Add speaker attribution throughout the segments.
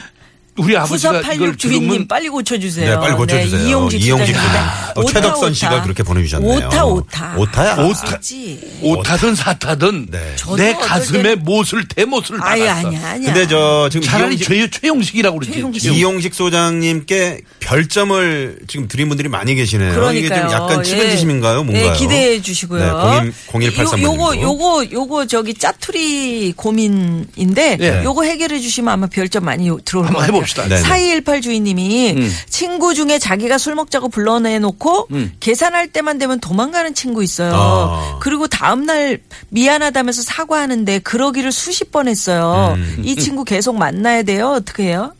Speaker 1: 우리 아버지가 뭐 이걸
Speaker 2: 9486
Speaker 1: 들으면
Speaker 2: 주인님 빨리 고쳐주세요.
Speaker 3: 네, 빨리 고쳐주세요.
Speaker 2: 네, 이용식
Speaker 3: 이용식
Speaker 2: 소장입니다.
Speaker 3: 아, 또 최덕선 씨가 그렇게 보내주셨네요.
Speaker 2: 오타 오타.
Speaker 3: 오타야?
Speaker 2: 오타. 오타지.
Speaker 1: 오타든 사타든
Speaker 3: 네.
Speaker 2: 저도
Speaker 1: 내
Speaker 2: 어떨
Speaker 1: 가슴에
Speaker 2: 때는-
Speaker 1: 못을 대못을
Speaker 2: 아니
Speaker 1: 달았어.
Speaker 2: 아니야 아니야.
Speaker 3: 근데 저 지금
Speaker 1: 차라리
Speaker 3: 이용식,
Speaker 1: 저희 최용식이라고 그러지.
Speaker 2: 최용식.
Speaker 1: 최용식.
Speaker 3: 이용식 소장님께 별점을 지금 드린 분들이 많이 계시네요. 어, 이게 좀
Speaker 2: 그러니까요.
Speaker 3: 약간 치배지심인가요?
Speaker 2: 예.
Speaker 3: 뭔가요?
Speaker 2: 네, 기대해 주시고요.
Speaker 3: 네, 01, 0183
Speaker 2: 요, 거
Speaker 3: 번님도.
Speaker 2: 요거 요거 저기 짜투리 고민인데
Speaker 1: 예.
Speaker 2: 요거 해결해 주시면 아마 별점 많이 들어올 것
Speaker 1: 한번
Speaker 2: 같아요.
Speaker 1: 해봅시다. 음.
Speaker 3: 네네.
Speaker 2: 4218 주인님이 친구 중에 자기가 술 먹자고 불러내 놓고 계산할 때만 되면 도망가는 친구 있어요.
Speaker 3: 아.
Speaker 2: 그리고 다음 날 미안하다면서 사과하는데 그러기를 수십 번 했어요.
Speaker 3: 음.
Speaker 2: 이 친구 계속 만나야 돼요. 어떻게 해요?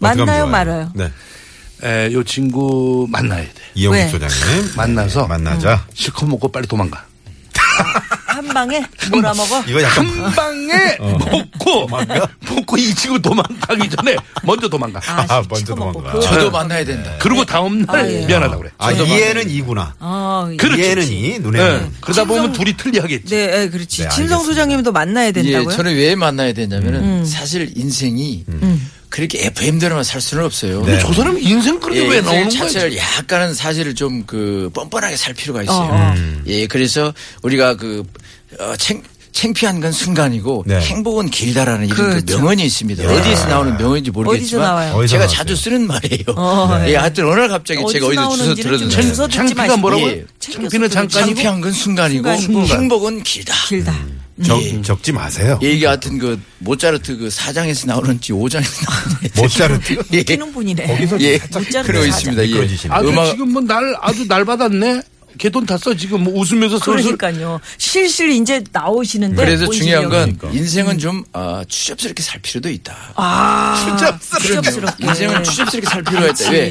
Speaker 3: 어떡하면
Speaker 2: 만나요,
Speaker 3: 좋아요?
Speaker 2: 말아요.
Speaker 3: 네.
Speaker 1: 에, 요 친구 만나야 돼.
Speaker 3: 이영식
Speaker 2: 왜?
Speaker 3: 소장님
Speaker 1: 만나서?
Speaker 3: 네, 만나자.
Speaker 1: 실컷 먹고 빨리 도망가.
Speaker 2: 한 방에 몰아 먹어.
Speaker 3: 이거 약간 어.
Speaker 1: 한 방에 먹고 먹고 이 친구 도망가기 전에 먼저 도망가.
Speaker 3: 아,
Speaker 2: 시-
Speaker 3: 먼저
Speaker 2: 시커멓고
Speaker 3: 도망가.
Speaker 2: 그거
Speaker 4: 저도 만나야 된다.
Speaker 1: 그리고 다음 날
Speaker 2: 아, 예.
Speaker 1: 미안하다 그래.
Speaker 3: 아 이해는 이구나.
Speaker 2: 어, 예.
Speaker 1: 그렇지.
Speaker 3: 이해는 이
Speaker 1: 예.
Speaker 3: 눈에는
Speaker 1: 그러다 보면 둘이 틀리하겠지.
Speaker 2: 네, 예, 그렇지.
Speaker 3: 네, 알겠습니다.
Speaker 2: 진성 소장님도 만나야
Speaker 4: 예,
Speaker 2: 네. 된다고요?
Speaker 4: 저는 왜 만나야 되냐면은 사실 인생이 그렇게 FM대로만 살 수는 없어요.
Speaker 3: 음. 네.
Speaker 1: 저 사람 인생 그런
Speaker 4: 예,
Speaker 1: 게왜 나오는
Speaker 4: 인생
Speaker 1: 거야?
Speaker 4: 자체를 약간은 사실을 좀 그 뻔뻔하게 살 필요가 있어요.
Speaker 2: 어.
Speaker 4: 예, 그래서 우리가 그 어, 챙, 창피한 건 순간이고
Speaker 3: 네.
Speaker 4: 행복은 길다라는 이런 그
Speaker 2: 그렇죠.
Speaker 4: 명언이 있습니다. 어디에서 나오는 명언인지 모르겠지만
Speaker 2: 나와요?
Speaker 3: 어디서
Speaker 4: 제가
Speaker 3: 나왔어요? 네.
Speaker 4: 자주 쓰는 말이에요.
Speaker 2: 어,
Speaker 4: 예, 하여튼 어느 날 갑자기 제가 어디서 주워 들었는데
Speaker 2: 주소 듣지
Speaker 1: 창피가
Speaker 2: 마시고.
Speaker 1: 뭐라고?
Speaker 4: 예.
Speaker 1: 창피는 잠깐.
Speaker 4: 창피한 건 순간이고,
Speaker 2: 순간이고.
Speaker 4: 행복은 길다.
Speaker 2: 길다.
Speaker 4: 음,
Speaker 3: 적, 적지 마세요.
Speaker 4: 예, 이게 하여튼 그 모차르트 그 사장에서 나오는지 오장에서 나오는지
Speaker 3: 모차르트
Speaker 4: 예.
Speaker 2: 웃기는 분이네.
Speaker 3: 거기서
Speaker 4: 예.
Speaker 3: 살짝
Speaker 2: 문자로
Speaker 4: 그러고
Speaker 2: 사자.
Speaker 4: 있습니다. 예.
Speaker 3: 미끄러지시네.
Speaker 1: 아주
Speaker 4: 음악
Speaker 1: 지금 뭐 날 아주 날 받았네. 개돈 탔어 지금 뭐 웃으면서 슬슬.
Speaker 2: 그러니까요. 실실 이제 나오시는데.
Speaker 4: 그래서
Speaker 2: 본인이
Speaker 4: 중요한 건
Speaker 3: 그러니까.
Speaker 2: 여기.
Speaker 4: 인생은 좀 아, 추접스럽게 살 필요도 있다.
Speaker 2: 아. 추잡스럽게. 네. 예.
Speaker 4: 인생을 추접스럽게 음. 살 필요가 있다. 왜?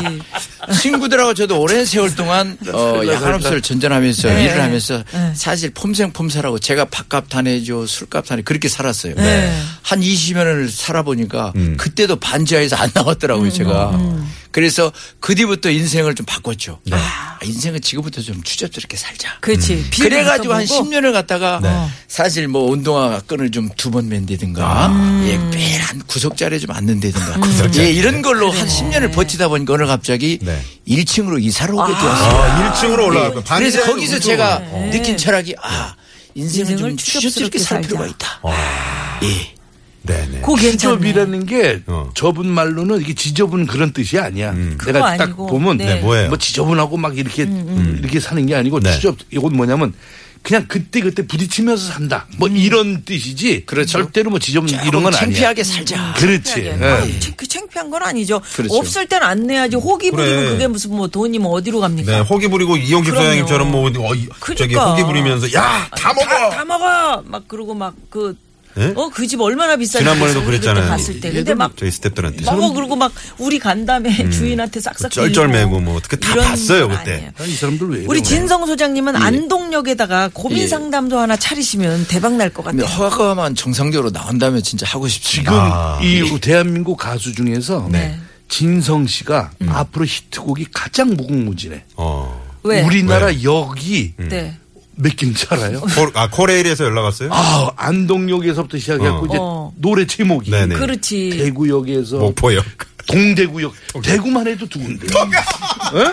Speaker 4: 친구들하고 저도 오랜 세월 동안 어, 한없을 전전하면서
Speaker 2: 네.
Speaker 4: 일을 하면서
Speaker 2: 네.
Speaker 4: 사실 폼생폼사라고 제가 밥값 다 내죠 술값 다 내. 그렇게 살았어요.
Speaker 2: 네.
Speaker 4: 한 20년을 살아보니까 그때도 반지하에서 안 나왔더라고요
Speaker 2: 음,
Speaker 4: 제가. 그래서 그 뒤부터 인생을 좀 바꿨죠. 아, 인생은 지금부터 좀 추접스럽게 살자.
Speaker 2: 그렇지. 비밀도
Speaker 4: 그래가지고 한
Speaker 2: 보고.
Speaker 4: 10년을 갔다가 사실 뭐 운동화 끈을 좀 두 번 맨다든가 예, 매일 한 구석 자리에 좀 앉는다든가 예, 이런 걸로 한 10년을 버티다 보니까 어느 갑자기
Speaker 3: 네.
Speaker 4: 1층으로 이사를 오게 되었어요.
Speaker 3: 아, 1층으로 올라가고
Speaker 4: 그래서 거기서 제가 느낀 철학이 아, 인생은
Speaker 2: 인생을
Speaker 4: 좀 추접스럽게
Speaker 2: 추접스럽게
Speaker 4: 살
Speaker 2: 살자.
Speaker 4: 필요가 있다. 예.
Speaker 3: 네네.
Speaker 2: 그거 괜찮네.
Speaker 1: 지저분이라는 게
Speaker 3: 어. 음.
Speaker 1: 저분 말로는 이게 지저분 그런 뜻이 아니야.
Speaker 2: 그거
Speaker 1: 내가 딱
Speaker 2: 아니고,
Speaker 1: 보면
Speaker 2: 네. 음, 네,
Speaker 3: 뭐예요? 음.
Speaker 1: 뭐 지저분하고 막 이렇게 이렇게 사는 게 아니고
Speaker 3: 네.
Speaker 1: 지저 이건 뭐냐면 그냥 그때 그때 부딪히면서 산다. 뭐
Speaker 2: 음.
Speaker 1: 이런 뜻이지.
Speaker 2: 그렇죠.
Speaker 1: 절대로 뭐 지저분 이런 건 아니야.
Speaker 4: 창피하게 살자.
Speaker 1: 그렇지. 예.
Speaker 2: 아니, 창- 그 창피한 건 아니죠.
Speaker 4: 그렇죠.
Speaker 2: 없을 땐 안 내야지. 호기
Speaker 3: 그래.
Speaker 2: 부리면 그게 무슨 뭐 돈이 뭐 어디로 갑니까?
Speaker 3: 네, 호기 부리고 이용식
Speaker 2: 그럼요.
Speaker 3: 소장님처럼 뭐 어디- 어, 이- 저기
Speaker 2: 그러니까.
Speaker 3: 호기 부리면서 야 다 먹어.
Speaker 2: 다, 다 먹어. 막 그러고 막 그
Speaker 3: 예?
Speaker 2: 어 그 집 얼마나 비싼지
Speaker 3: 지난번에도 그랬잖아요.
Speaker 2: 갔을 때 근데 막
Speaker 3: 저희 스태프들한테
Speaker 2: 먹어 그러고 막 우리 간 다음에 주인한테 싹싹
Speaker 3: 쩔쩔매고
Speaker 2: 빌리고
Speaker 3: 뭐 어떻게 다
Speaker 2: 이런
Speaker 3: 봤어요,
Speaker 2: 건
Speaker 3: 그때. 예.
Speaker 2: 아니에요.
Speaker 1: 이 사람들 왜
Speaker 2: 우리
Speaker 1: 이러나.
Speaker 2: 진성 소장님은 안동역에다가 고민
Speaker 4: 예.
Speaker 2: 상담도 하나 차리시면 대박 날 것
Speaker 4: 근데
Speaker 2: 같아요.
Speaker 3: 아, 네.
Speaker 4: 허가만 정상적으로 나온다면 진짜 하고 싶습니다.
Speaker 1: 지금 이 대한민국 가수 중에서 진성 씨가
Speaker 3: 음.
Speaker 1: 앞으로 히트곡이 가장 무궁무진해.
Speaker 3: 어.
Speaker 2: 왜?
Speaker 1: 우리나라 역이
Speaker 3: 음.
Speaker 2: 네.
Speaker 1: 몇 개인지 알아요?
Speaker 3: 코- 아, 코레일에서 연락 왔어요?
Speaker 1: 아, 안동역에서부터 시작해갖고
Speaker 3: 어.
Speaker 1: 이제
Speaker 2: 어.
Speaker 1: 노래 제목이
Speaker 3: 네네.
Speaker 2: 그렇지.
Speaker 4: 예.
Speaker 1: 대구역에서
Speaker 3: 목포역.
Speaker 1: 동대구역 대구만 해도 두 군데. 예?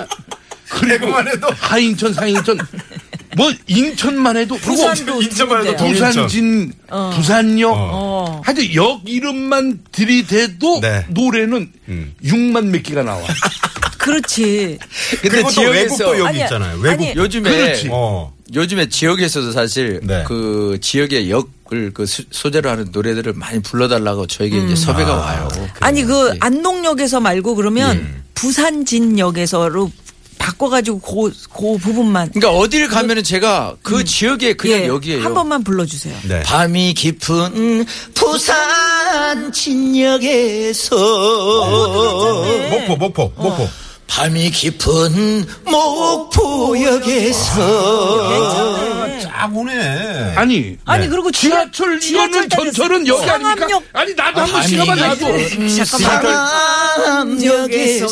Speaker 1: 그리고
Speaker 3: 대구만 해도.
Speaker 1: 하인천, 상인천, 뭐 인천만 해도 그리고
Speaker 2: 부산도
Speaker 3: 인천만 해도
Speaker 2: 누군데요?
Speaker 3: 동인천.
Speaker 1: 부산진, 부산역.
Speaker 3: 어.
Speaker 1: 하여튼 역 이름만 들이대도
Speaker 3: 네. 음.
Speaker 1: 노래는 6만 몇 개가 나와.
Speaker 2: 아, 그렇지.
Speaker 4: 근데
Speaker 3: 그리고 또 외국도
Speaker 4: 지역에서
Speaker 3: 여기
Speaker 2: 아니야,
Speaker 3: 있잖아요. 외국.
Speaker 2: 아니,
Speaker 4: 요즘에
Speaker 1: 그렇지.
Speaker 3: 어.
Speaker 4: 요즘에 지역에서도 사실
Speaker 3: 네.
Speaker 4: 그 지역의 역을 그 수- 소재로 하는 노래들을 많이 불러달라고 저에게 이제 섭외가 와요.
Speaker 2: 아니 그
Speaker 4: 예.
Speaker 2: 안동역에서 말고 그러면
Speaker 3: 예.
Speaker 2: 부산진역에서로 바꿔가지고 그, 그 부분만
Speaker 4: 그러니까 어딜 가면은 제가 그 지역에 그냥
Speaker 2: 예,
Speaker 4: 여기에요.
Speaker 2: 한 번만 불러주세요.
Speaker 3: 네.
Speaker 4: 밤이 깊은 부산 진역에서
Speaker 3: 어, 목포, 목포, 목포.
Speaker 4: 밤이 깊은 어, 목포역에서
Speaker 3: 쫙 오네.
Speaker 1: 아니.
Speaker 2: 아니 그리고 지하-
Speaker 1: 지하철 이거는
Speaker 2: 지하철까지
Speaker 1: 전철은 여기 아닙니까?
Speaker 2: 상암역
Speaker 1: 아니 나도 한 번
Speaker 4: 아니,
Speaker 1: 실어봐 나도.
Speaker 2: 음, 상암역에서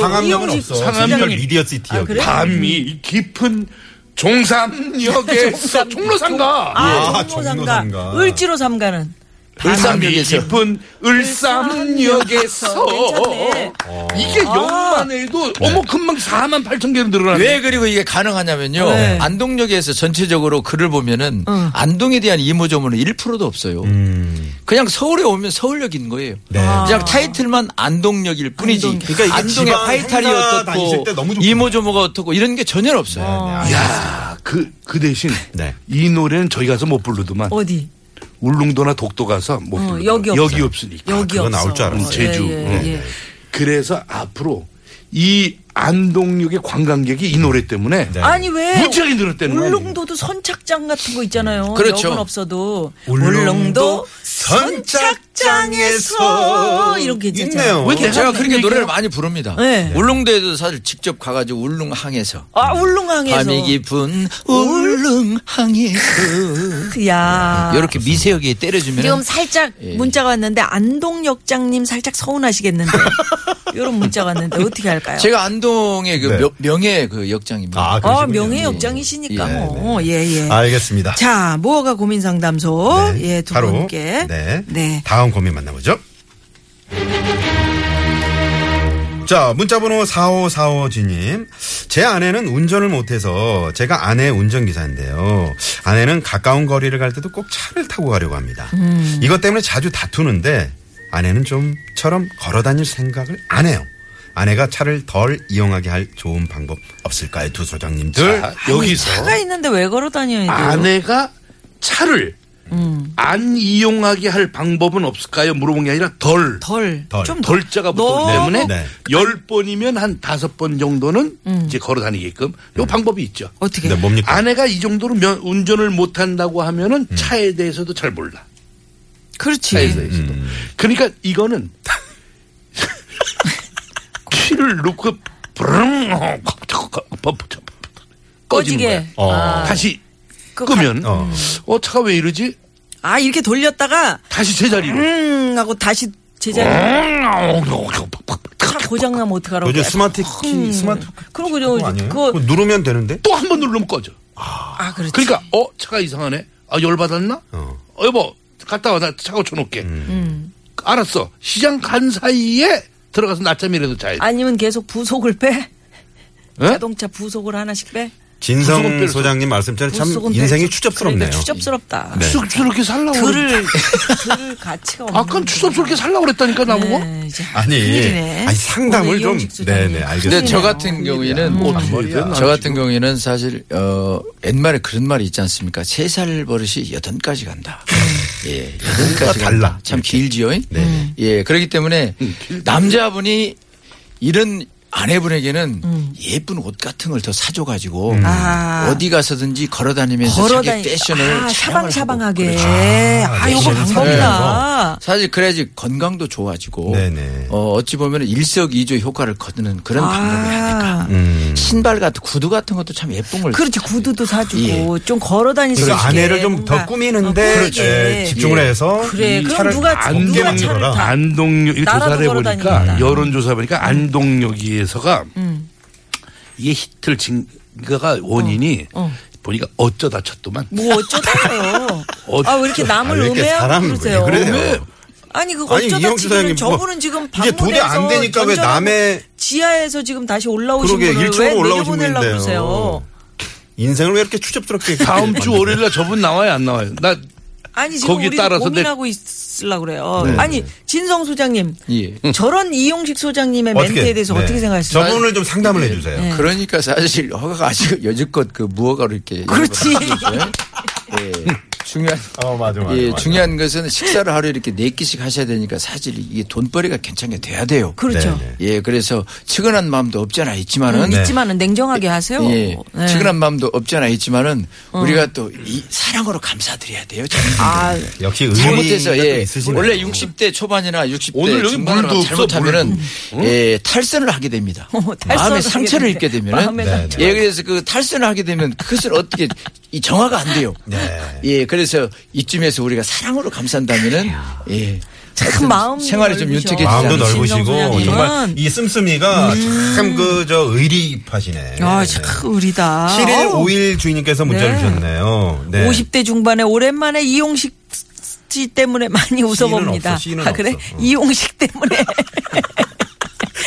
Speaker 3: 상암역은 없어.
Speaker 1: 상암역이-
Speaker 3: 미디어 시티 여기.
Speaker 2: 그래요?
Speaker 1: 밤이 깊은 종삼역에서 종로 삼가.
Speaker 2: 아,
Speaker 3: 예.
Speaker 2: 종로상가.
Speaker 3: 종로상가.
Speaker 2: 을지로 삼가는.
Speaker 1: 밤이
Speaker 4: 울산역에서
Speaker 1: 깊은 을삼역에서
Speaker 2: 괜찮네.
Speaker 1: 이게
Speaker 2: 아.
Speaker 1: 영만 해도 어머 금방 4만 8천 개로 늘어나네.
Speaker 4: 왜 그리고 이게 가능하냐면요.
Speaker 2: 네.
Speaker 4: 안동역에서 전체적으로 글을 보면은 안동에 대한 이모저모는 1%도 없어요.
Speaker 3: 음.
Speaker 4: 그냥 서울에 오면 서울역인 거예요.
Speaker 3: 네.
Speaker 4: 그냥 타이틀만 안동역일 뿐이지.
Speaker 2: 안동.
Speaker 3: 아. 그러니까 이게
Speaker 4: 안동의
Speaker 3: 지방
Speaker 4: 화이탈이
Speaker 3: 행사 다니실
Speaker 4: 어떻고
Speaker 3: 때 너무 좋구나.
Speaker 4: 이모저모가 어떻고 이런 게 전혀 없어요. 네.
Speaker 3: 아, 예.
Speaker 1: 야, 그, 그 대신
Speaker 3: 네.
Speaker 1: 이 노래는 저희 가서 못 부르더만
Speaker 2: 어디?
Speaker 1: 울릉도나 독도 가서 못
Speaker 2: 어,
Speaker 1: 부르더만
Speaker 2: 여기 없어.
Speaker 1: 여기 없으니까.
Speaker 2: 여기
Speaker 3: 그거
Speaker 2: 없어.
Speaker 3: 나올 줄 알았어요.
Speaker 2: 어,
Speaker 1: 제주.
Speaker 2: 예,
Speaker 1: 응.
Speaker 2: 예, 예.
Speaker 1: 그래서 앞으로 이 안동역의 관광객이 이 노래 때문에
Speaker 3: 네.
Speaker 2: 아니 왜?
Speaker 1: 무지하게 늘었다는 거 아니에요?
Speaker 2: 울릉도도 선착장 같은 거 있잖아요.
Speaker 4: 그렇죠.
Speaker 2: 역은 없어도
Speaker 3: 울릉도
Speaker 2: 울릉도 선착장에서 이렇게
Speaker 3: 있네요.
Speaker 2: 있잖아요.
Speaker 1: 왜 내가
Speaker 4: 제가
Speaker 1: 하는
Speaker 4: 그렇게
Speaker 1: 얘기야?
Speaker 4: 노래를 많이 부릅니다.
Speaker 2: 네.
Speaker 4: 울릉도에도 사실 직접 가가지고 울릉항에서
Speaker 2: 아 울릉항에서.
Speaker 4: 밤이 깊은 울릉항에서
Speaker 2: 야.
Speaker 3: 아.
Speaker 4: 이렇게 미세하게 때려주면
Speaker 2: 지금 살짝
Speaker 3: 예.
Speaker 2: 문자가 왔는데 안동역장님 살짝 서운하시겠는데 이런 문자가 왔는데 어떻게 할까요?
Speaker 4: 제가 안동의 그
Speaker 3: 네.
Speaker 4: 명- 명예 그 역장입니다.
Speaker 3: 아, 그러시군요.
Speaker 2: 아 명예 역장이시니까
Speaker 3: 예,
Speaker 2: 뭐 예예.
Speaker 3: 알겠습니다.
Speaker 2: 자 무허가 고민 상담소
Speaker 3: 네.
Speaker 2: 예두
Speaker 3: 바로,
Speaker 2: 분께
Speaker 3: 네.
Speaker 2: 네.
Speaker 3: 다음 고민 만나보죠. 자, 문자번호 4545지님. 제 아내는 운전을 못해서 제가 아내 운전기사인데요. 아내는 가까운 거리를 갈 때도 꼭 차를 타고 가려고 합니다.
Speaker 2: 음.
Speaker 3: 이것 때문에 자주 다투는데 아내는 좀처럼 걸어 다닐 생각을 안 해요. 아내가 차를 덜 이용하게 할 좋은 방법 없을까요? 두 소장님들.
Speaker 1: 자, 아, 여기서
Speaker 2: 차가 있는데 왜 걸어 다녀요?
Speaker 3: 네.
Speaker 2: 음.
Speaker 1: 아내가 차를 안 이용하게 할 방법은 없을까요? 물어본 게 아니라 덜.
Speaker 2: 덜.
Speaker 3: 덜.
Speaker 2: 좀
Speaker 1: 덜자가 붙었기
Speaker 2: 너무-
Speaker 1: 때문에
Speaker 3: 네.
Speaker 1: 열 번이면 한 다섯 번 정도는
Speaker 2: 음.
Speaker 1: 이제 걸어 다니게끔 요
Speaker 3: 음.
Speaker 1: 방법이 있죠.
Speaker 2: 어떻게?
Speaker 3: 네, 뭡니까? 음.
Speaker 1: 아내가 이 정도로 면- 운전을 못 한다고 하면은 차에 대해서도 잘 몰라.
Speaker 2: 그렇지.
Speaker 1: 차에
Speaker 3: 음,
Speaker 1: 대해서도. 네. 그러니까 이거는 키를 놓고 브릉 어, 꺼지는 거야.
Speaker 2: 꺼지게.
Speaker 3: 어.
Speaker 1: 다시
Speaker 2: 그거
Speaker 1: 끄면
Speaker 3: 가- 어.
Speaker 1: 어 차가 왜 이러지?
Speaker 2: 아 이렇게 돌렸다가
Speaker 1: 다시 제자리로.
Speaker 2: 응 하고 다시 제자리 음. 차 고장나면 어떡하라고.
Speaker 3: 어? 요즘 스마트 키, 스마트
Speaker 2: 그러고 저
Speaker 3: 아니에요?
Speaker 2: 그거
Speaker 3: 그거 누르면 되는데?
Speaker 1: 또 한 번 누르면 꺼져.
Speaker 2: 아 그렇지.
Speaker 1: 그러니까 어 차가 이상하네. 아 열받았나?
Speaker 3: 어. 음.
Speaker 1: 어. 여보 갔다 와 나 차 고쳐놓게. 음. 알았어. 시장 간 사이에 들어가서 낮잠이라도 자야 돼.
Speaker 2: 아니면 계속 부속을 빼.
Speaker 1: 예?
Speaker 2: 아, 자동차 부속을 하나씩 빼.
Speaker 1: 구속은
Speaker 3: 진성
Speaker 1: 뺄
Speaker 3: 소장님 말씀처럼 참
Speaker 2: 부속은 빼.
Speaker 3: 인생이
Speaker 2: 그러니까
Speaker 3: 추접스럽네요.
Speaker 2: 추접스럽다.
Speaker 1: 추석스럽게 살라고. 그래.
Speaker 2: 들을 들을 가치가 없는.
Speaker 1: 아까 추석스럽게 살라고 그랬다니까 나보고.
Speaker 2: 네.
Speaker 3: 아니, 아니, 상담을 좀- 네네, 알겠습니다.
Speaker 4: 근데 저
Speaker 2: 음.
Speaker 4: 같은 경우에는 저 같은 경우에는 사실 어 옛말에 그런 말이 있지 않습니까? 세 살 버릇이 여든까지 간다.
Speaker 2: 음.
Speaker 4: 예, 여든까지
Speaker 3: 달라.
Speaker 2: 네.
Speaker 4: 음.
Speaker 2: 음,
Speaker 4: 간다. 참 길지요. 예, 그렇기 때문에 남자분이 이런 아내분에게는 예쁜 옷 같은 걸 더 사줘가지고
Speaker 2: 음.
Speaker 4: 음.
Speaker 2: 아.
Speaker 4: 어디 가서든지 걸어다니면서
Speaker 2: 걸어다니
Speaker 4: 자기 패션을
Speaker 2: 아,
Speaker 4: 자랑을 하고.
Speaker 2: 샤방샤방하게.
Speaker 4: 그렇죠. 네.
Speaker 2: 아, 요거
Speaker 3: 패션을
Speaker 2: 방법이다.
Speaker 4: 사실 그래야지 건강도 좋아지고
Speaker 3: 네네.
Speaker 4: 어, 어찌 보면 일석이조 효과를 거두는 그런 방법이 아닐까.
Speaker 2: 아,
Speaker 4: 신발 같은 구두 같은 것도 참 예쁜 걸.
Speaker 2: 그렇지 구두도 사주고
Speaker 4: 예.
Speaker 2: 좀 걸어 다닐 수 있게.
Speaker 3: 그러니까 아내를 좀 더
Speaker 2: 뭔가.
Speaker 3: 꾸미는데
Speaker 2: 어,
Speaker 3: 그렇죠. 예,
Speaker 2: 예.
Speaker 3: 집중을 해서
Speaker 2: 그래,
Speaker 3: 이
Speaker 2: 그럼
Speaker 3: 차를
Speaker 2: 누가 차-
Speaker 3: 안
Speaker 2: 누가
Speaker 3: 되는
Speaker 2: 차를
Speaker 3: 거라.
Speaker 2: 타?
Speaker 1: 안동역 이렇게
Speaker 2: 나라도
Speaker 1: 조사를 해보니까
Speaker 2: 걸어다니니까. 음.
Speaker 1: 여론조사 해보니까 안동역에서가 이게 히트를 증가가 원인이 보니까 어쩌다 쳤더만
Speaker 2: 어, 뭐 어쩌다요. 아 왜 이렇게 남을
Speaker 3: 아, 왜 이렇게
Speaker 2: 음해하고
Speaker 3: 사람을
Speaker 2: 그러세요?
Speaker 3: 왜 그래요?
Speaker 2: 아니 그
Speaker 3: 아니,
Speaker 2: 어쩌다
Speaker 3: 이영수
Speaker 2: 치기는
Speaker 3: 사장님,
Speaker 2: 저분은
Speaker 3: 뭐,
Speaker 2: 지금
Speaker 3: 이게 도저히 안
Speaker 2: 방문해서
Speaker 3: 되니까 왜
Speaker 2: 전전하고
Speaker 3: 남의-
Speaker 2: 지하에서 지금 다시 올라오신
Speaker 3: 그러게,
Speaker 2: 분을 왜
Speaker 3: 일층으로 올라오신
Speaker 2: 내려보내려고
Speaker 3: 분인데요.
Speaker 2: 그러세요?
Speaker 3: 인생을 왜 이렇게 추접스럽게
Speaker 1: 다음
Speaker 3: 이렇게
Speaker 1: 주
Speaker 3: 만드냐.
Speaker 1: 월요일날 저분 나와요 안 나와요 나
Speaker 2: 아니 지금
Speaker 1: 거기에
Speaker 2: 우리
Speaker 1: 따라서 내-
Speaker 2: 고민하고 있으려 그래요.
Speaker 3: 네.
Speaker 2: 아니 진성 소장님
Speaker 4: 예.
Speaker 2: 저런 이용식 소장님의
Speaker 3: 어떻게-
Speaker 2: 멘트에 대해서
Speaker 3: 네.
Speaker 2: 어떻게 생각하시나요? 네.
Speaker 3: 저분을 좀 상담을 해주세요.
Speaker 4: 그러니까 사실 허가가 아직 여지껏 그 무허가로 이렇게.
Speaker 2: 그렇지.
Speaker 4: 이런 걸 하고 있어요. 예. 중요한.
Speaker 3: 어, 맞아, 맞아.
Speaker 4: 예,
Speaker 3: 맞아.
Speaker 4: 중요한 것은 식사를 하루 이렇게 네 끼씩 하셔야 되니까 사실 이게 돈벌이가 괜찮게 돼야 돼요.
Speaker 2: 그렇죠.
Speaker 3: 네, 네.
Speaker 4: 예, 그래서 측은한 마음도 없잖아 있지만은
Speaker 2: 믿지만은 냉정하게 하세요.
Speaker 4: 예,
Speaker 2: 네. 어.
Speaker 4: 측은한 마음도 없잖아 있지만은 우리가 또 이 사랑으로 감사드려야 돼요. 저는.
Speaker 2: 아
Speaker 3: 역시 의이
Speaker 4: 잘못해서 예,
Speaker 3: 있으시네요.
Speaker 4: 원래 60대 초반이나 60대
Speaker 1: 오늘 여기
Speaker 4: 중반으로
Speaker 1: 물도 없어,
Speaker 4: 잘못하면은 예, 탈선을 하게 됩니다.
Speaker 2: 어, 탈선을
Speaker 4: 마음에
Speaker 2: 하게
Speaker 4: 상처를
Speaker 2: 됩니다.
Speaker 4: 입게 되면은
Speaker 2: 마음에
Speaker 3: 네,
Speaker 2: 상처.
Speaker 3: 네.
Speaker 4: 예, 그래서 그 탈선을 하게 되면 그것을 어떻게 이 정화가 안 돼요.
Speaker 3: 네.
Speaker 4: 예, 그래서 이쯤에서 우리가 사랑으로 감싼다면은 예.
Speaker 2: 참
Speaker 4: 어떤
Speaker 2: 마음도
Speaker 4: 생활이 좀
Speaker 2: 넓으셔.
Speaker 4: 윤택해지지
Speaker 3: 마음도
Speaker 2: 진짜
Speaker 4: 않을까.
Speaker 3: 넓으시고
Speaker 2: 진성소장님은. 음.
Speaker 3: 정말 이 씀씀이가 참 그 저 의리입하시네.
Speaker 2: 아참 우리다.
Speaker 3: 7일 5일 주인님께서 문자를
Speaker 2: 네.
Speaker 3: 주셨네요. 네.
Speaker 2: 50대 중반에 오랜만에 이용식 씨 때문에 많이 웃어봅니다.
Speaker 3: 없어, 씨는
Speaker 2: 아 그래?
Speaker 3: 없어. 어.
Speaker 2: 이용식 때문에.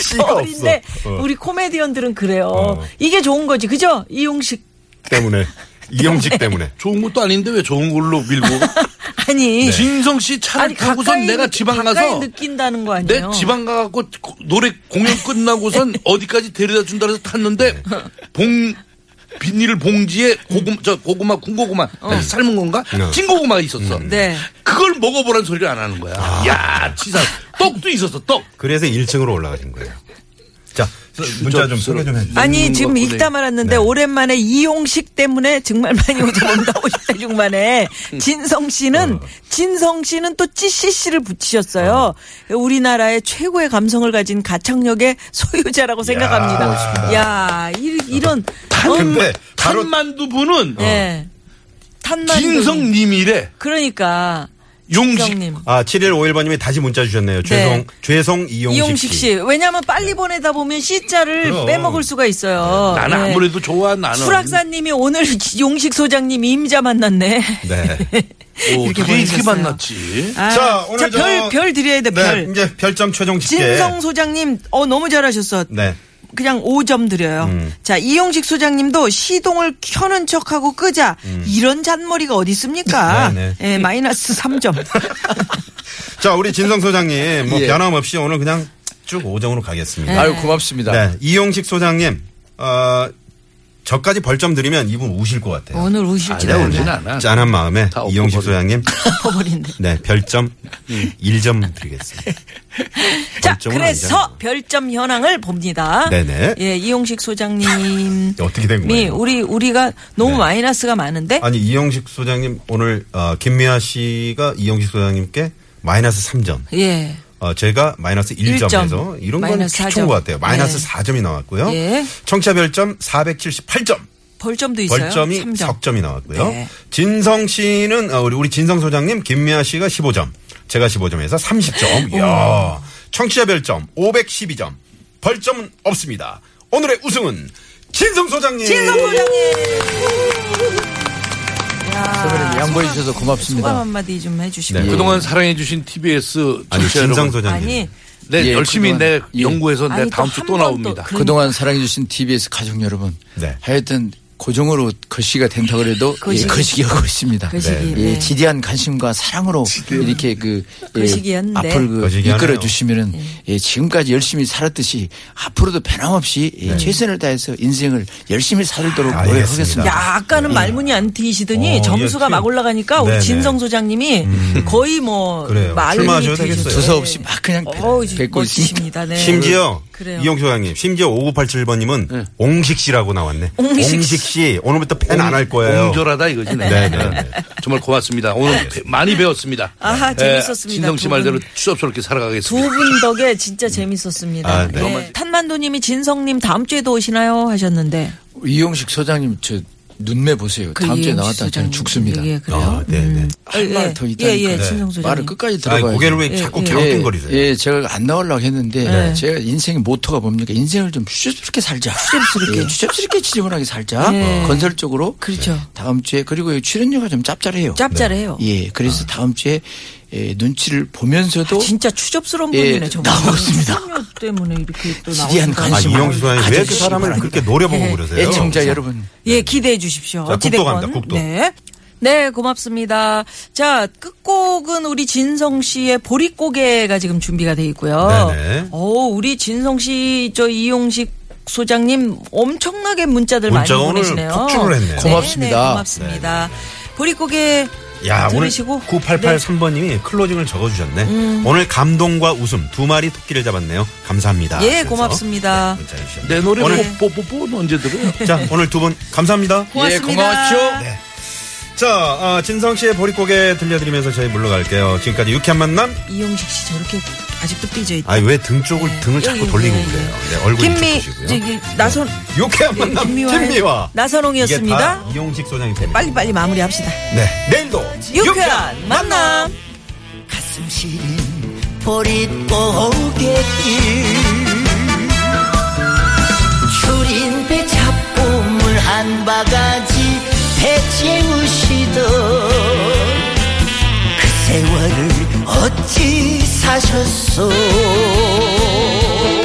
Speaker 3: 씨가
Speaker 2: 어린데
Speaker 3: 없어. 어.
Speaker 2: 우리 코미디언들은 그래요.
Speaker 3: 어.
Speaker 2: 이게 좋은 거지, 그죠? 이용식
Speaker 3: 때문에 이영식 때문에.
Speaker 1: 좋은 것도 아닌데 왜 좋은 걸로 밀고
Speaker 2: 아니
Speaker 1: 진성 씨 차를
Speaker 2: 예. 아니
Speaker 1: 타고선
Speaker 2: 가까이
Speaker 1: 네. 내가
Speaker 2: 느-
Speaker 1: 지방
Speaker 2: 가까이
Speaker 1: 가서
Speaker 2: 느낀다는 거
Speaker 1: 내
Speaker 2: 아니에요?
Speaker 1: 지방 가갖고 고- 노래 공연 끝나고선 어디까지 데려다 준다 해서 탔는데 봉 비닐 봉지에 고구마 저 고구마 군고구마 아니, 삶은 건가
Speaker 3: 네.
Speaker 1: 찐고구마가 있었어.
Speaker 2: 어. 네.
Speaker 1: 그걸 먹어보라는 소리를 안 하는 거야.
Speaker 3: 아.
Speaker 1: 야 치사 떡도 있었어 떡.
Speaker 3: 그래서 1층으로 올라가신 거예요. 자, 문자 좀 소개 좀 해주세요.
Speaker 2: 아니
Speaker 1: 먹는 네.
Speaker 2: 지금
Speaker 1: 것보다
Speaker 2: 읽다 말았는데 오랜만에 이용식 때문에 정말 많이 웃어본다 50대 중반에
Speaker 1: 음.
Speaker 2: 진성 씨는
Speaker 1: 어.
Speaker 2: 진성 씨는 또 찌씨씨를 붙이셨어요. 우리나라의 최고의 감성을 가진 가창력의 소유자라고 생각합니다. 야, 이, 런
Speaker 3: 아,
Speaker 2: 어?
Speaker 3: 근데 바로
Speaker 1: 탄만두부는
Speaker 2: 예.
Speaker 1: 어.
Speaker 2: 탄만
Speaker 1: 진성님이래.
Speaker 2: 그러니까
Speaker 1: 용식.
Speaker 2: 진성님.
Speaker 3: 아, 7일 5일번님이 다시 문자 주셨네요. 죄송, 죄송 이용식,
Speaker 2: 이용식 씨. 왜냐하면 빨리 보내다 보면 C자를
Speaker 3: 그럼.
Speaker 2: 빼먹을 수가 있어요.
Speaker 1: 네. 나는
Speaker 2: 예.
Speaker 1: 아무래도 좋아 나는.
Speaker 2: 수락사님이 오늘 용식 소장님 임자 만났네.
Speaker 3: 네.
Speaker 1: 오,
Speaker 2: 이렇게
Speaker 1: 이렇게, 이렇게
Speaker 2: 보내셨어요.
Speaker 1: 만났지.
Speaker 2: 아,
Speaker 3: 자, 오늘 저-
Speaker 2: 별, 별 드려야 돼,
Speaker 3: 네,
Speaker 2: 별.
Speaker 3: 이제 별점 최종 집계.
Speaker 2: 진성 소장님, 어, 너무 잘하셨어.
Speaker 3: 네.
Speaker 2: 그냥 5점 드려요.
Speaker 3: 음.
Speaker 2: 자, 이용식 소장님도 시동을 켜는 척하고 끄자. 이런 잔머리가 어디 있습니까?
Speaker 3: 음. 네,
Speaker 2: 예, 마이너스 3점.
Speaker 3: 자, 우리 진성 소장님, 뭐
Speaker 4: 예.
Speaker 3: 변함없이 오늘 그냥 쭉 오정으로 가겠습니다.
Speaker 4: 아유 고맙습니다.
Speaker 3: 네, 이용식 소장님, 어, 저까지 벌점 드리면 이분 우실 것 같아요.
Speaker 2: 오늘 우실지
Speaker 3: 네.
Speaker 1: 아니야, 울진 않아.
Speaker 3: 짠한 마음에
Speaker 1: 다
Speaker 3: 이용식
Speaker 1: 엎어버려.
Speaker 3: 소장님,
Speaker 2: 버린데.
Speaker 3: 네, 별점 음. 1점 드리겠습니다.
Speaker 2: 자,
Speaker 3: 벌점은
Speaker 2: 그래서
Speaker 3: 아니잖아요.
Speaker 2: 별점 현황을 봅니다.
Speaker 3: 네네.
Speaker 2: 예, 이용식 소장님.
Speaker 3: 어떻게 된
Speaker 2: 미,
Speaker 3: 거예요?
Speaker 2: 우리, 우리가 너무
Speaker 3: 네.
Speaker 2: 마이너스가 많은데?
Speaker 3: 아니, 이용식 소장님, 오늘, 어, 김미아 씨가 이용식 소장님께 마이너스 3점.
Speaker 2: 예.
Speaker 3: 어, 제가 마이너스 1점
Speaker 2: 점.
Speaker 3: 해서 이런 건
Speaker 2: 마이너스 사
Speaker 3: 최초인
Speaker 2: 점.
Speaker 3: 것 같아요. 마이너스
Speaker 2: 네.
Speaker 3: 4점이 나왔고요.
Speaker 2: 예.
Speaker 3: 청차 별점 478점.
Speaker 2: 벌점도 있어요.
Speaker 3: 벌점이
Speaker 2: 3점.
Speaker 3: 석점이 나왔고요.
Speaker 2: 네.
Speaker 3: 진성 씨는 어, 우리 우리 진성 소장님 김미아 씨가 15점, 제가 15점에서 30점. 이야. 청취자 별점 512점. 벌점은 없습니다. 오늘의 우승은 진성 소장님.
Speaker 2: 진성 소장님.
Speaker 4: 선배님 양보해 주셔서 고맙습니다.
Speaker 2: 아, 소감 한마디 좀 해주시고요.
Speaker 3: 네.
Speaker 1: 그동안 사랑해주신 TBS
Speaker 3: 아니
Speaker 1: 청취자
Speaker 3: 진성
Speaker 1: 여러분.
Speaker 3: 소장님.
Speaker 2: 아니,
Speaker 1: 네,
Speaker 4: 예,
Speaker 1: 열심히
Speaker 4: 그동안-
Speaker 1: 내
Speaker 4: 예.
Speaker 1: 연구해서 내
Speaker 2: 아니,
Speaker 1: 다음
Speaker 2: 또
Speaker 1: 주
Speaker 2: 한
Speaker 1: 또
Speaker 2: 번도
Speaker 1: 나옵니다.
Speaker 2: 그-
Speaker 4: 그동안 사랑해주신 TBS 가족 여러분.
Speaker 3: 네.
Speaker 4: 하여튼 고정으로 거시가 된다 그래도
Speaker 2: 거시기.
Speaker 4: 거시기. 거시기하고 있습니다.
Speaker 2: 거시기,
Speaker 4: 예,
Speaker 2: 네.
Speaker 4: 지대한 관심과 사랑으로 이렇게 그 예,
Speaker 2: 거시기였네.
Speaker 4: 앞을 그
Speaker 3: 거시기하네요.
Speaker 4: 이끌어 주시면은 예, 지금까지 열심히 살았듯이 앞으로도 변함없이 예, 최선을 다해서 인생을 열심히 살도록
Speaker 3: 네. 아, 알겠습니다.
Speaker 4: 노력하겠습니다.
Speaker 2: 야, 아까는 말문이 안 트이시더니
Speaker 3: 예. 어,
Speaker 2: 점수가
Speaker 3: 이게
Speaker 2: 막 올라가니까 우리
Speaker 3: 네네. 음.
Speaker 2: 진성 소장님이 거의 뭐
Speaker 3: 그래요. 술
Speaker 2: 말문이
Speaker 3: 마셔도 되겠어요.
Speaker 2: 트이셨어요.
Speaker 4: 두서없이 막 그냥 뱉-
Speaker 2: 어우,
Speaker 4: 뱉고 있습니다.
Speaker 2: 멋지십니다. 네.
Speaker 3: 심지어
Speaker 2: 그래요.
Speaker 3: 이영수 형님, 심지어 5987번님은
Speaker 4: 네.
Speaker 3: 옹식 씨라고 나왔네.
Speaker 2: 옹식 씨.
Speaker 3: 씨, 오늘부터 팬 안 할 거예요.
Speaker 1: 공졸하다 이거지. 네.
Speaker 3: 네, 네, 네.
Speaker 1: 정말 고맙습니다. 오늘 배- 많이 배웠습니다.
Speaker 2: 아하,
Speaker 1: 예,
Speaker 2: 재밌었습니다.
Speaker 1: 진성 씨
Speaker 2: 두
Speaker 1: 말대로
Speaker 2: 분.
Speaker 1: 추접스럽게
Speaker 2: 두
Speaker 1: 살아가겠습니다.
Speaker 2: 분 덕에 진짜 재밌었습니다.
Speaker 3: 아, 네.
Speaker 2: 예. 탄만도님이 진성님 다음 주에도 오시나요 하셨는데
Speaker 4: 이용식 소장님 저 눈매 보세요.
Speaker 2: 그
Speaker 4: 다음 주에
Speaker 2: 이용식
Speaker 4: 나왔다
Speaker 2: 소장님.
Speaker 4: 하면 죽습니다.
Speaker 2: 예,
Speaker 3: 아,
Speaker 2: 그래요.
Speaker 3: 네, 네.
Speaker 4: 할 말 더
Speaker 2: 예,
Speaker 4: 있다니까.
Speaker 2: 예, 예, 진성 소장님.
Speaker 4: 말을 끝까지
Speaker 3: 아니,
Speaker 4: 들어봐야
Speaker 3: 고개를 왜 자꾸 갸우뚱거리세요?
Speaker 4: 예, 예, 제가 안 나오려고 했는데
Speaker 2: 네.
Speaker 4: 제가 인생의 모토가 뭡니까? 인생을 좀 추접스럽게 살자. 예, 추접스럽게. 추접스럽게 지저분하게 살자.
Speaker 2: 예.
Speaker 4: 건설적으로. 예,
Speaker 2: 그렇죠.
Speaker 4: 다음 주에 그리고 이 출연료가 좀 짭짤해요.
Speaker 2: 짭짤해요.
Speaker 4: 예,
Speaker 3: 아.
Speaker 4: 그래서 다음 주에 예, 눈치를 보면서도
Speaker 2: 아, 진짜 추접스러운
Speaker 4: 예,
Speaker 2: 분이네 정말.
Speaker 4: 나오겠습니다.
Speaker 2: 성녀 때문에 이렇게 또
Speaker 4: 지대한
Speaker 2: 나오니까.
Speaker 3: 아,
Speaker 4: 관심.
Speaker 3: 이영수 형님, 왜 그
Speaker 4: 가져주시기
Speaker 3: 사람을
Speaker 4: 바랍니다.
Speaker 3: 그렇게 노려보고
Speaker 2: 네.
Speaker 3: 그러세요?
Speaker 4: 애청자 여러분.
Speaker 2: 예, 기대해 주십시오.
Speaker 3: 네. 자, 국도
Speaker 2: 어찌됐건.
Speaker 3: 갑니다, 국도.
Speaker 2: 네. 네, 고맙습니다. 자, 끝곡은 우리 진성 씨의 보릿고개가 지금 준비가 돼 있고요.
Speaker 3: 네네.
Speaker 2: 어우, 우리 진성 씨, 저 이용식 소장님 엄청나게 문자들 많이
Speaker 3: 문자가 오늘
Speaker 2: 보내시네요.
Speaker 3: 폭주를 했네요.
Speaker 2: 네,
Speaker 4: 고맙습니다.
Speaker 2: 네, 고맙습니다. 보릿고개
Speaker 3: 야, 오늘
Speaker 2: 들으시고. 네. 음.
Speaker 3: 9883번님이 클로징을 적어주셨네. 오늘 감동과 웃음 두 마리 토끼를 잡았네요. 감사합니다.
Speaker 2: 예,
Speaker 3: 하시면서
Speaker 2: 고맙습니다.
Speaker 3: 문자 주셨네요.
Speaker 1: 내 노래 뭐
Speaker 3: 오늘-
Speaker 1: 뽀뽀뽀뽀 언제 들어요?
Speaker 3: 자, 오늘 두 분 감사합니다.
Speaker 4: 예, 고마웠죠.
Speaker 2: 네.
Speaker 3: 자, 아, 진성 씨의 보릿고개 들려드리면서 저희 물러갈게요. 지금까지 유쾌한 만남.
Speaker 2: 이용식 씨 저렇게 아직도 삐져 있다.
Speaker 3: 아, 왜 등 쪽을 등을 자꾸
Speaker 2: 여기,
Speaker 3: 돌리고
Speaker 2: 네, 네.
Speaker 3: 그래요? 네, 얼굴이
Speaker 2: 김미
Speaker 3: 좀 보시고요.
Speaker 2: 저기 나선
Speaker 3: 유쾌한 만남
Speaker 2: 예, 김미화의
Speaker 3: 김미화.
Speaker 2: 나선홍이었습니다.
Speaker 3: 이게 다 이용식 소장이 됩니다.
Speaker 2: 빨리 빨리 마무리합시다.
Speaker 3: 네, 내일도
Speaker 2: 유쾌한 만남.
Speaker 5: 가슴 시린 보릿고개길 추린배 잡고 물 한 바가지 배 채우시던 그 세월을 어찌 사셨소 그